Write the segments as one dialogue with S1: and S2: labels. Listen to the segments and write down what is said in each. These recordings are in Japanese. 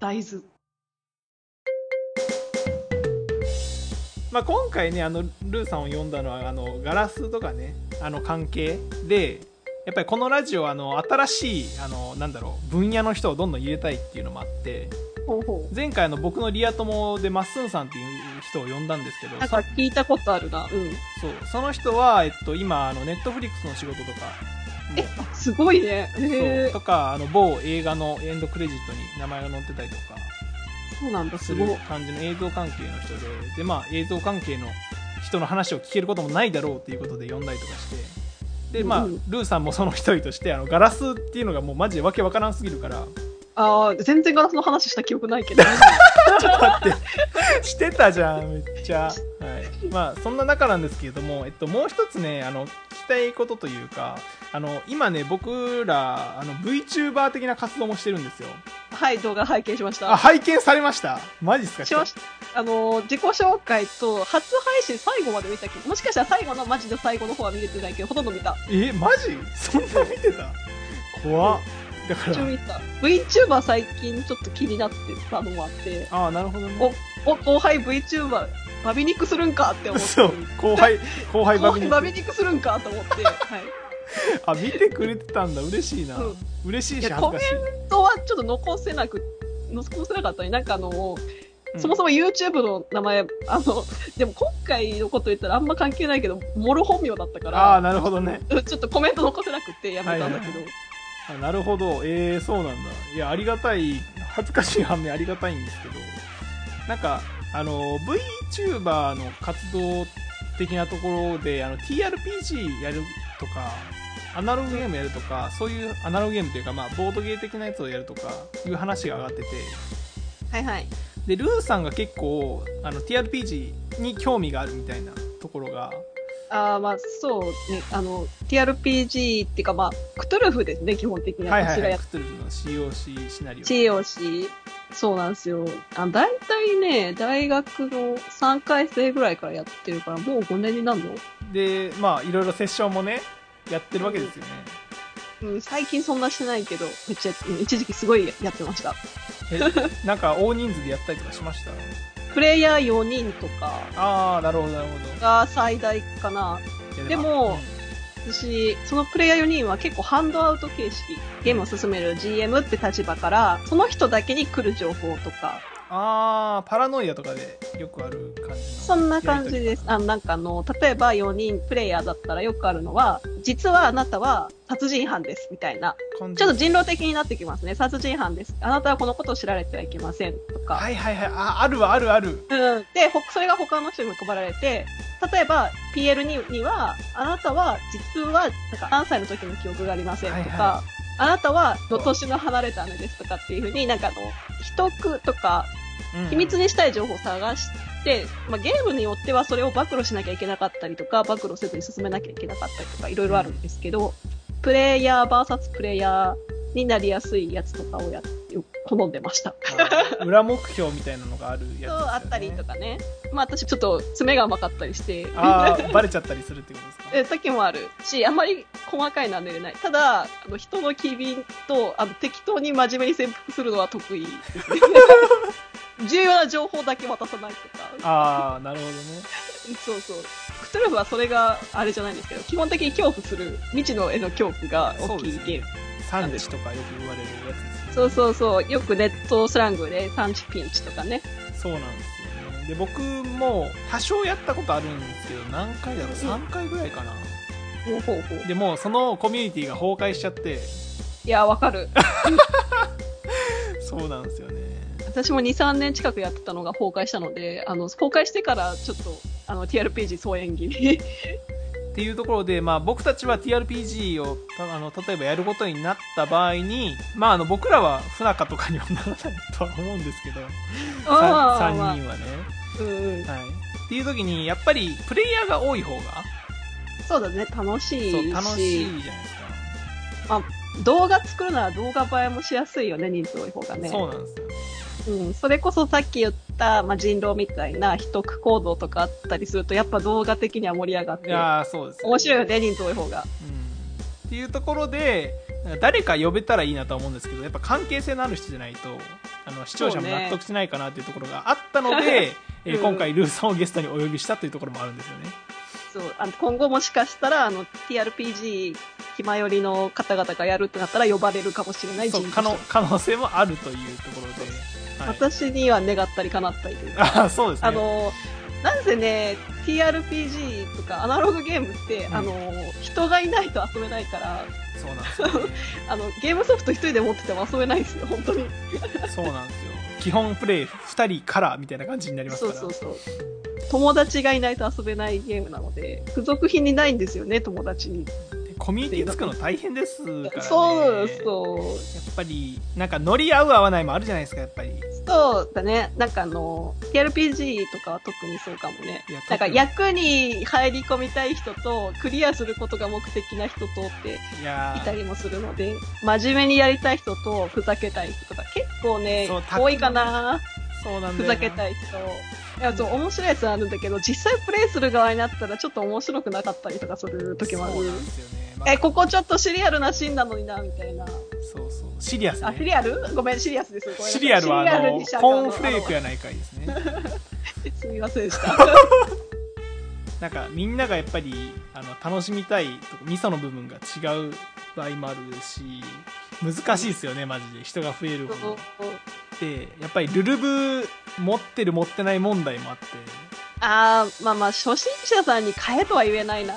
S1: 大豆
S2: まあ、今回ねあのルーさんを呼んだのはあのガラスとかねあの関係でやっぱりこのラジオあの新しいあのなんだろう分野の人をどんどん入れたいっていうのもあって
S1: ほうほう
S2: 前回あの僕のリア友でまっすんさんっていう人を呼んだんですけど
S1: なん
S2: そ
S1: か聞いたことあるなうん
S2: そうその人は、えっと、今あのネットフリックスの仕事とかも
S1: えすごいねへ
S2: そ
S1: え
S2: うとかあの某映画のエンドクレジットに名前が載ってたりとか
S1: そうなんだ
S2: す
S1: す
S2: る
S1: ごい
S2: 感じの映像関係の人でで、まあ、映像関係の人の話を聞けることもないだろうということで呼んだりとかしてで、まあ、
S1: うん
S2: ルーさんもその一人としてあのガラスっていうのがもうマジでわけわからんすぎるから
S1: ああ全然ガラスの話した記憶ないけど
S2: ちょっと待って してたじゃんめっちゃ、はい、まあそんな中なんですけれども、えっと、もう一つねあの聞きたいことというかあの今ね僕らあの VTuber 的な活動もしてるんですよ
S1: はい動画拝見しまし
S2: あ
S1: た
S2: 拝見されましたマジっすか
S1: しましたあのー自己紹介と初配信最後まで見たけどもしかしたら最後のマジで最後の方は見れてないけどほとんど見た
S2: えマジそんな見てた怖っだか
S1: 一応
S2: ら
S1: 見た VTuber 最近ちょっと気になってたのもあって
S2: ああなるほどね
S1: おお後輩 VTuber バビ肉するんかって思って
S2: そう後輩後輩
S1: 後
S2: バ
S1: 輩
S2: ビ
S1: バビ肉するんかと思って、はい、
S2: あ見てくれてたんだ嬉しいな
S1: そう
S2: 嬉しい
S1: い
S2: し
S1: や
S2: 恥ずかしい
S1: 人はちょっと残せなく残せなかったねなんかあの、
S2: うん
S1: そもそも YouTube の名前あのでも今回のこと言ったらあんま関係ないけどモル本名だったか
S2: ああ
S1: ら
S2: なるほどね
S1: うんちょっとコメント残せなくてやめたんだけど、
S2: はいあなるほどえー、そうなんだいやありがたい恥ずかしい反面ありがたいんですけどなんかあの VTuber の活動的なところであの TRPG やるとかアナログゲームやるとかそういうアナログゲームというか、まあ、ボードゲー的なやつをやるとかいう話が上がってて
S1: はいはい
S2: でルーさんが結構あの TRPG に興味があるみたいなところが
S1: あーまあそうねあの TRPG っていうかまあクトゥルフですね基本的に
S2: はいは
S1: 私
S2: い、
S1: が
S2: は
S1: や
S2: い、
S1: っ
S2: クトゥルフの COC シナリオ
S1: 知恵をしそうなんですよあ大体ね大学の3回生ぐらいからやってるからもう5年になるの、
S2: でまあいろいろセッションもねやってるわけですよね、
S1: うん、最近そんなしてないけどめっちゃうん一時期すごいやってました
S2: えなんか大人数でやったりとかしました
S1: プレイヤー4人とか
S2: ああなるほどなるほ
S1: が最大かな
S2: どいや
S1: でも私そのプレイヤー4人は結構ハンドアウト形式ゲームを進める GM って立場からその人だけに来る情報とか
S2: ああパラノイアとかでよくある感じの
S1: そんな感じです。あなんかあの、例えば4人プレイヤーだったらよくあるのは、実はあなたは殺人犯です、みたいな。
S2: 感じ
S1: ちょっと人狼的になってきますね。殺人犯です。あなたはこのことを知られてはいけません、とか。
S2: はいはいはいああるわあるある
S1: うん。で、ほそれが他の人にも配られて、例えば PL にには、あなたは実は、なんか何歳の時の記憶がありません、とか。
S2: はいは
S1: あなたは、の年の離れた姉ですとかっていうふうになんかあの、秘匿とか、
S2: うん
S1: 秘密にしたい情報を探して、まあ、ゲームによってはそれを暴露しなきゃいけなかったりとか暴露せずに進めなきゃいけなかったりとかいろいろあるんですけど、プレイヤー VS プレイヤーになりやすいやつとかをやよ好んでました。
S2: あー裏目標みたいなのがあるやつです
S1: そう
S2: よね
S1: あったりとかね、まあ、私ちょっと爪が甘かったりして
S2: ああバレちゃったりするってことですか
S1: え時もあるしあんまり細かいのは寝れないただあの人の機敏とあの適当に真面目に潜伏するのは得意です ね重要な情報だけ渡さないとか
S2: ああなるほどね
S1: そうそう。クトゥルフはそれがあれじゃないんですけど、基本的に恐怖する、未知の絵の恐怖が大きいゲーム。
S2: 産地とかよく言われるやつですよね
S1: そうそうそう。よくネットスラングで産地ピンチとかね。
S2: そうなんですよねで僕も多少やったことあるんですけど何回だろう3回ぐらいかな
S1: ほうほうほう。
S2: でもうそのコミュニティが崩壊しちゃって
S1: いや、わかる。
S2: そうなんですよね
S1: 私も2、3年近くやってたのが崩壊したので、あの、崩壊してからちょっと、あの、TRPG 総演 技。
S2: っていうところで、まあ、僕たちは TRPG をたあの例えばやることになった場合に、まあ、あの僕らは不仲とかにはならないとは思うんですけど
S1: あ
S2: 3
S1: ーまあ
S2: 人はね、
S1: うんうん。
S2: はい、っていう時にやっぱりプレイヤーが多い方が
S1: そうだね、楽しいし。
S2: そう楽しいじゃないですか
S1: 動画作るなら動画映えもしやすいよね、人数多い方がね。
S2: そうなんですよ
S1: うん、それこそさっき言った、まあ、人狼みたいな秘匿行動とかあったりすると、やっぱ動画的には盛り上がっ
S2: い
S1: て、
S2: やーそうですよね
S1: 面白いよね、人数多い方が。
S2: うんっていうところでなんか誰か呼べたらいいなとは思うんですけどやっぱ関係性のある人じゃないとあの視聴者も
S1: そうね
S2: 納得しないかなというところがあったので、 えー
S1: うん
S2: 今回ルーさんをゲストにお呼びしたというところもあるんですよね
S1: そうあの今後もしかしたらあの TRPG 暇寄りの方々がやるってなったら呼ばれるかもしれない
S2: そ
S1: 人
S2: う
S1: 物
S2: 可能可能性もあるというところで、はい、
S1: 私には願ったり叶ったりというか
S2: あそうですね
S1: あのなんせね TRPG とかアナログゲームって、
S2: うん
S1: あの人がいないと遊べないから
S2: そうなんですよね、
S1: あのゲームソフト一人で持ってても遊べないですよ本当に
S2: そうなんですよ基本プレイ2人からみたいな感じになります
S1: そ
S2: か
S1: う
S2: ら
S1: そうそう友達がいないと遊べないゲームなので付属品にないんですよね友達に、
S2: でコミュニティ作るの大変ですからね
S1: そうそう
S2: やっぱりなんか乗り合う合わないもあるじゃないですかやっぱり
S1: そうだね。なんかあの、TRPG とかは特にそうかもね
S2: いや。
S1: なんか
S2: 特に
S1: 役に入り込みたい人と、クリアすることが目的な人とって
S2: いや
S1: い
S2: ー
S1: たりもするので、真面目にやりたい人と、ふざけたい人とか、結構ね
S2: そう、
S1: 多いかな。
S2: そうなんだ
S1: ふ
S2: よな
S1: ざけたい人。いや、そう、面白いやつあるんだけど、実際プレイする側になったら、ちょっと面白くなかったりとかする時もある
S2: そ。うなんですよね、まあ
S1: え、ここちょっとシリアルなシーンなのにな、みたいな。
S2: そうそうシリアス、ね、
S1: あ、シリアルごめん、シリアスです。ごめんなさい
S2: シリアルはあの
S1: にしちゃう
S2: コーンフレーク
S1: あ
S2: やないかいですね
S1: のすみませんでした。
S2: なんかみんながやっぱりあの楽しみたいとこ味噌の部分が違う場合もあるし難しいですよねマジで人が増えるほどでやっぱりルルブ持ってる持ってない問題もあって
S1: あーまあまあ初心者さんに買えとは言えないな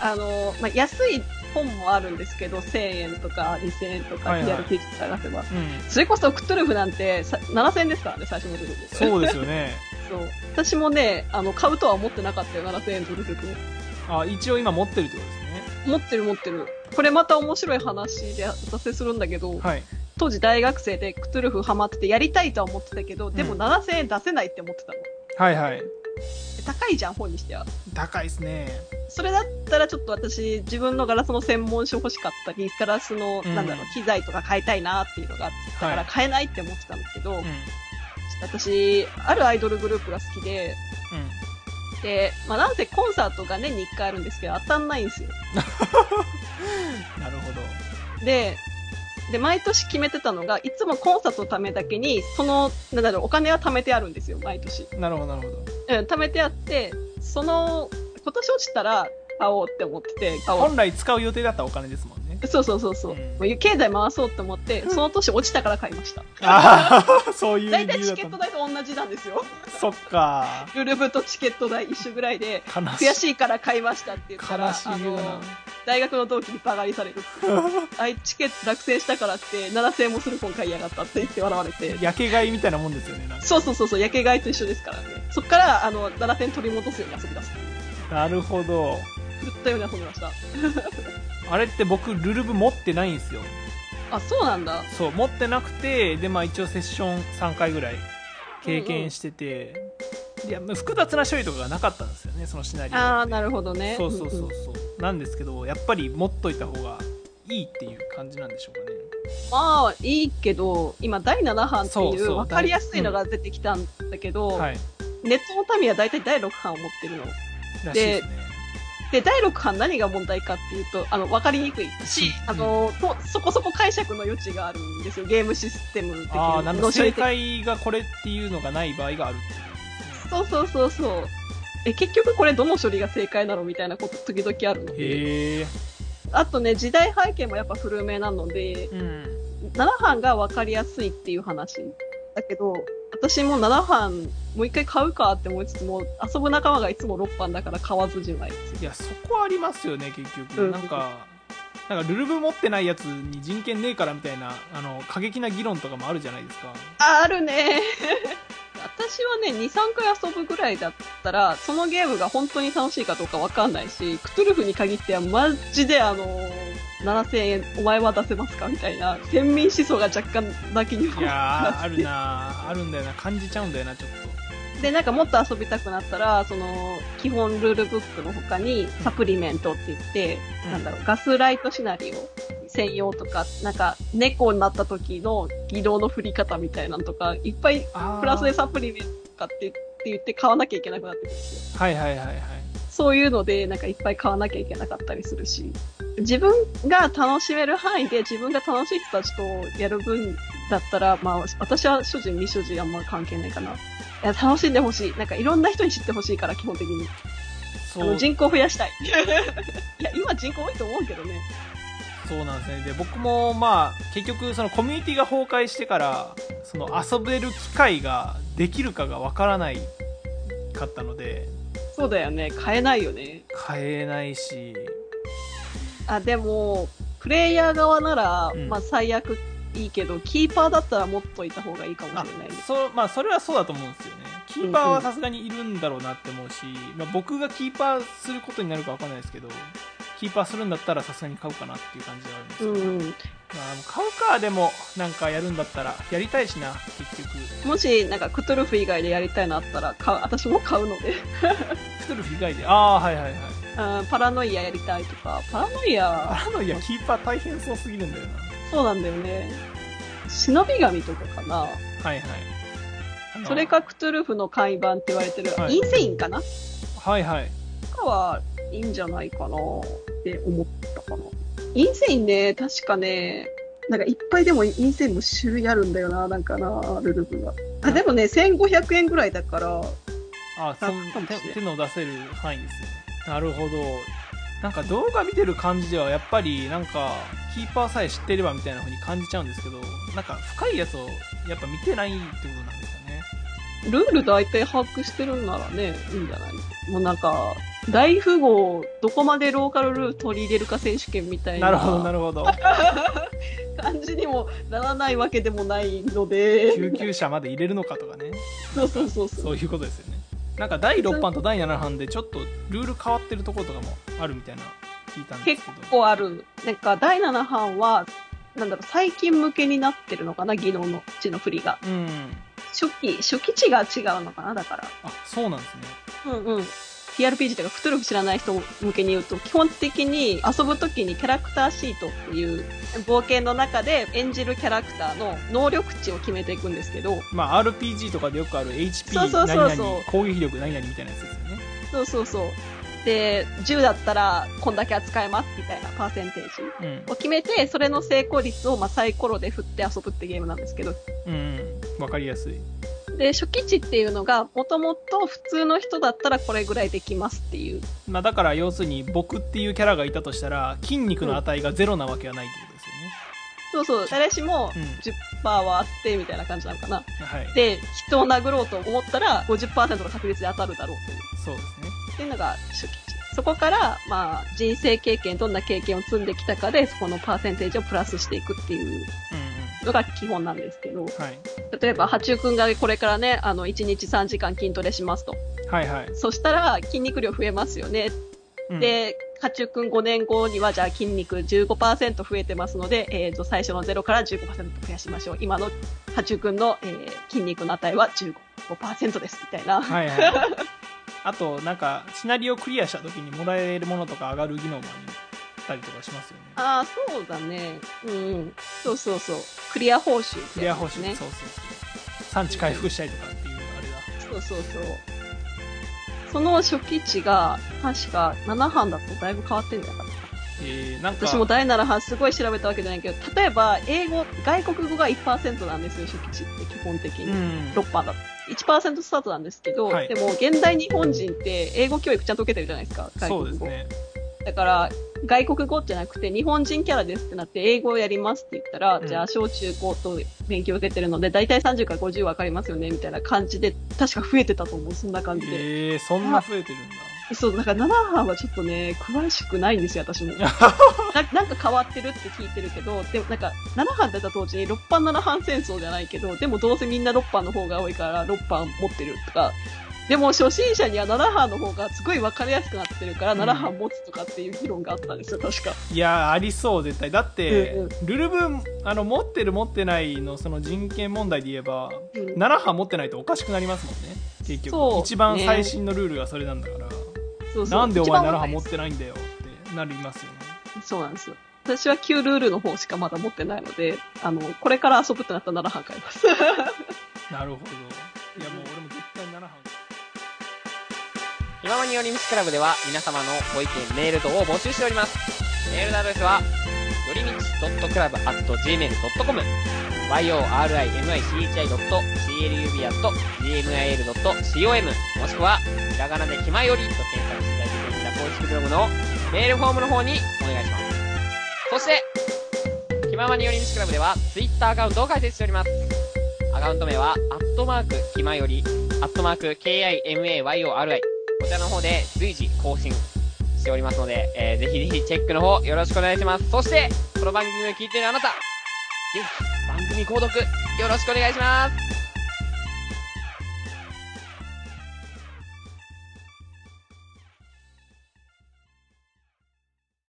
S1: あの、まあ、安い本もあるんですけど1000円とか2000円とか
S2: はいはい
S1: TRPG 探せば、
S2: うん
S1: それこそクトゥルフなんてさ7000円ですからね最初のドルフ
S2: そうですよね
S1: そう私もねあの買うとは思ってなかったよ7000円ドルフ
S2: あ一応今持ってるってことですね
S1: 持ってる持ってるこれまた面白い話で達成するんだけど、
S2: はい
S1: 当時大学生でクトゥルフハマっててやりたいとは思ってたけど、でも
S2: うん
S1: 7000円出せないって思ってたの
S2: はいはい
S1: 高いじゃん本にしては
S2: 高いですね
S1: それだったらちょっと私自分のガラスの専門書欲しかったりガラスの、
S2: うん
S1: なんだろう機材とか買いたいなっていうのがあってだか
S2: は
S1: ら
S2: い
S1: 買えないって思ってたんだけど、
S2: うん
S1: 私あるアイドルグループが好きで
S2: うん
S1: で、まあ、なんせコンサートが年に1回あるんですけど当たんないんですよ
S2: なるほど
S1: でで毎年決めてたのがいつもコンサートのためだけにそのなんだろうお金は貯めてあるんですよ毎年、
S2: なるほどなるほど
S1: うん、貯めてあってその今年落ちたら買おうって思ってて買おう
S2: 本来使う予定だったお金ですもんね
S1: そうそうそうそう。
S2: うん
S1: もう経済回そうと思って、その年落ちたから買いました。
S2: ああそういう
S1: 大
S2: 理
S1: 体
S2: 由だ
S1: チ
S2: っ
S1: ケ
S2: た
S1: ッ
S2: ん
S1: ト
S2: だ
S1: 代と同じなんですよ。
S2: そっか
S1: ルルブとチケット代一緒ぐらいで、
S2: 悲しい
S1: 悔しいから買いましたって言ったら、
S2: 悲しい理由だ
S1: あ
S2: な
S1: の大学の同期にバカにされるっていう。 あいチケット落選したからって、7000円もする本買いやがったって言って笑われて。
S2: やけ買いみたいなもんですよねなんか
S1: そうそうそうそう、焼け買いと一緒ですからね。そっから、あの、7000円取り戻すように遊び出すっていう。
S2: なるほど
S1: 振ったように遊びました。
S2: あれって僕ルルブ持ってないんですよ
S1: あ、そうなんだ。
S2: そう持ってなくてでまあ一応セッション3回ぐらい経験してて、いやまあ複雑な処理とかがなかったんですよねそのシナリオ
S1: ああ、なるほどね。
S2: そうそうそうそ
S1: ん
S2: うんなんですけどやっぱり持っといた方がいいっていう感じなんでしょうかね
S1: まあいいけど今第7版って
S2: そう
S1: い
S2: そうう
S1: 分かりやすいのが出てきたんだけど、
S2: はい
S1: ネットの民は大体第6版を持ってるの。
S2: らしいですね
S1: で第6版何が問題かっていうとあの分かりにくいし、
S2: うん
S1: あのとそこそこ解釈の余地があるんですよゲームシステム的
S2: ああな
S1: に
S2: る
S1: の
S2: ほど
S1: 処
S2: 正
S1: 理的
S2: 解がこれっていうのがない場合があるっていうこと
S1: そうそうそうそうえ結局これどの処理が正解なのみたいなこと時々あるの
S2: です
S1: で
S2: ねへえ
S1: あとね時代背景もやっぱ古めなので
S2: うん
S1: 7版が分かりやすいっていう話だけど私も7版もう一回買うかって思いつつも遊ぶ仲間がいつも6版だから買わずじまいですよ
S2: いやそこありますよね結局、
S1: うん
S2: なんかなんかルルブ持ってないやつに人権ねえからみたいなあの過激な議論とかもあるじゃないで すか
S1: ああるね 私はね23回遊ぶぐらいだったらそのゲームが本当に楽しいかどうかわかんないしクトゥルフに限ってはマジであの7000円お前は出せますかみたいな県民思想が若干泣きにも
S2: いやーあるなーあるんだよな感じちゃうんだよなちょっ
S1: で、なんかもっと遊びたくなったら、その、基本ルールブックの他に、サプリメントって言って、
S2: うん
S1: なんだろう、ガスライトシナリオ専用とか、なんか、猫になった時の技能の振り方みたいなのとか、いっぱい
S2: とあー
S1: プラスでサプリメント買ってって言って買わなきゃいけなくなってくるんですよ。
S2: はいはいはいはい
S1: そういうので、なんかいっぱい買わなきゃいけなかったりするし、自分が楽しめる範囲で自分が楽しい人たちとやる分だったら、まあ、私は所持未所持あんま関係ないかな。いや楽しんでほしい。なんかいろんな人に知ってほしいから、基本的に。あ
S2: そ
S1: の
S2: う
S1: 人口増やしたい。いや、今人口多いと思うけどね。
S2: そうなんですねで僕もまあ結局そのコミュニティが崩壊してからその遊べる機会ができるかがわからないかったので
S1: そうだよね。買えないよね。
S2: 買えないし
S1: あ、でも、プレイヤー側なら、
S2: うん
S1: まあ最悪いいけど、キーパーだったら持っといた方がいいかもしれないね。
S2: そ,、まあ、それはそうだと思うんですよねキーパーはさすがにいるんだろうなって思うし、まあ、僕がキーパーすることになるかわかんないですけどキーパーするんだったらさすがに買うかなっていう感じがあるんです
S1: う
S2: よ、
S1: ん。
S2: まあ、買うかでもなんかやるんだったらやりたいしな結局
S1: もし、なんか、クトゥルフ以外でやりたいのあったら、買う、私も買うので。
S2: クトゥルフ以外でああはいはいはい
S1: うんパラノイアやりたいとか、パラノイア、
S2: あのいやキーパー大変そうすぎるんだよな
S1: そうなんだよね。忍び神とかかな。
S2: はいはいあの
S1: それかクトゥルフの海版って言われてる、
S2: はい
S1: インセインかな
S2: はいはい
S1: とかはいいんじゃないかなって思ったかな。インセインね、確かね、なんかいっぱいでもインセインも種類あるんだよな、なんかな、ルルブが。あ、でもね、1500円ぐらいだから、
S2: あそ
S1: か
S2: の
S1: もしれな
S2: 手
S1: い
S2: 手の出せる範囲ですよねなるほどなんか動画見てる感じではやっぱりなんかキーパーさえ知ってればみたいな風に感じちゃうんですけどなんか深いやつをやっぱ見てないってことなんですかね
S1: ルール大体把握してるんならね、いいんじゃないもうなんか、大富豪、どこまでローカルルール取り入れるか選手権みたいな。
S2: なるほどなるほど
S1: 感じにもならないわけでもないので
S2: 救、急車まで入れるのかとかね
S1: そうそうそうそ。
S2: そうういうことですよねなんか第6版と第7版でちょっとルール変わってるところとかもあるみたいな聞いたんです
S1: 結
S2: けど
S1: 構ある。なんか、第7版は、なんだろう、最近向けになってるのかな、技能の地の振りが。
S2: うん
S1: 初期、初期値が違うのかな、だから。
S2: あそうなんですね
S1: うんうん。TRPG とかクトゥルフ知らない人向けに言うと、基本的に遊ぶ時にキャラクターシートっていう冒険の中で演じるキャラクターの能力値を決めていくんですけど、
S2: まあ RPG とかでよくある HP
S1: そう
S2: 何
S1: そうそうそう
S2: 々攻撃力何々みたいなやつですよね
S1: そうそうそう。で、10だったらこんだけ扱えますみたいなパーセンテージ。
S2: うん
S1: を決めて、それの成功率を、まあ、サイコロで振って遊ぶってゲームなんですけど、
S2: うんわかりやすい
S1: で、初期値っていうのが、もともと普通の人だったらこれぐらいできますっていう。
S2: まあだから要するに僕っていうキャラがいたとしたら筋肉の値がゼロなわけはないってことです
S1: そうそう、誰しも
S2: よね
S1: 10%はあって、みたいな感じなのかな。
S2: うんはい
S1: で、人を殴ろうと思ったら50%の確率で当たるだろうという。
S2: そうですね
S1: っていうのが初期値。そこから、まあ、人生経験、どんな経験を積んできたかで、そこのパーセンテージをプラスしていくっていう
S2: うん
S1: のが基本なんですけど、
S2: うんはい
S1: 例えば、八中くんがこれからね、あの、1日3時間筋トレしますと。
S2: はいはい
S1: そしたら筋肉量増えますよね。
S2: うん
S1: で、カチュくん5年後にはじゃあ筋肉15%増えてますので、えー、と最初の0から15%増やしましょう。今のカチュくんの、えー筋肉の値は15%ですみたいな。
S2: はい はいあとなんかシナリオクリアした時にもらえるものとか上がる技能もあったりとかしますよね
S1: ああ、そうだね。うんうん。そうそうそう。クリア報酬、
S2: クリア報酬、
S1: ね。
S2: そうそうそう産地回復したりとかっていうあれだ
S1: そうそうそう。その初期値が、確か7班だとだいぶ変わってんじゃなかったかな
S2: えー、なんか
S1: 私も第7波すごい調べたわけじゃないけど、例えば、英語、外国語が1%なんですよ、初期値って基本的
S2: う
S1: に。
S2: ん
S1: 6波だと。1%スタートなんですけど、
S2: はい
S1: でも、現代日本人って英語教育ちゃんと受けてるじゃないですか、外国
S2: そ
S1: 語。
S2: うですね
S1: だから、外国語じゃなくて、日本人キャラですってなって、英語をやりますって言ったら、
S2: うん
S1: じゃあ、小中高と勉強受けてるので、だいたい30から50わかりますよね、みたいな感じで、確か増えてたと思う、そんな感じで。
S2: えー、そんな増えてるんだ
S1: そう、だから7班はちょっとね、詳しくないんですよ、私も。 ななんか変わってるって聞いてるけど、でもなんか、7班だった当時、6班7班戦争じゃないけど、でもどうせみんな6班の方が多いから、6班持ってるとか、でも初心者には7班の方がすごい分かりやすくなってるから、
S2: うん
S1: 7班持つとかっていう議論があったんですよ、確か。
S2: いやーありそう絶対だって、
S1: うんうん
S2: ルルブあの持ってる持ってないのその人権問題で言えば
S1: うん
S2: 7波持ってないとおかしくなりますもんね結
S1: そう
S2: 局一番
S1: ね
S2: 最新のルールがそれなんだから、
S1: そうそう
S2: なんでお前
S1: 一番わ
S2: 7
S1: か
S2: 波
S1: りや
S2: 持っ
S1: すい
S2: てないんだよってなりますよね
S1: そうなんですよ。私は旧ルールの方しかまだ持ってないので、あの、これから遊ぶってなったら7班買います。
S2: なるほどいやもう俺も絶対7波
S3: 気ままに寄り道クラブでは皆様のご意見、メール等を募集しております。メールのアドレスは、よりみち .club.gmail.com、yorimichi.club.gmail.com、もしくは、ひらがなで気まよりと検索していただけていた公式ブログのメールフォームの方にお願いします。そして、気ままによりみちクラブでは、Twitter アカウントを開設しております。アカウント名は、アットマーク、気まより、アットマーク、KIMAYORI。こちらの方で随時更新しておりますので、えーぜひぜひチェックの方よろしくお願いします。そして、この番組を聞いているあなた、ぜひ番組購読よろしくお願いします。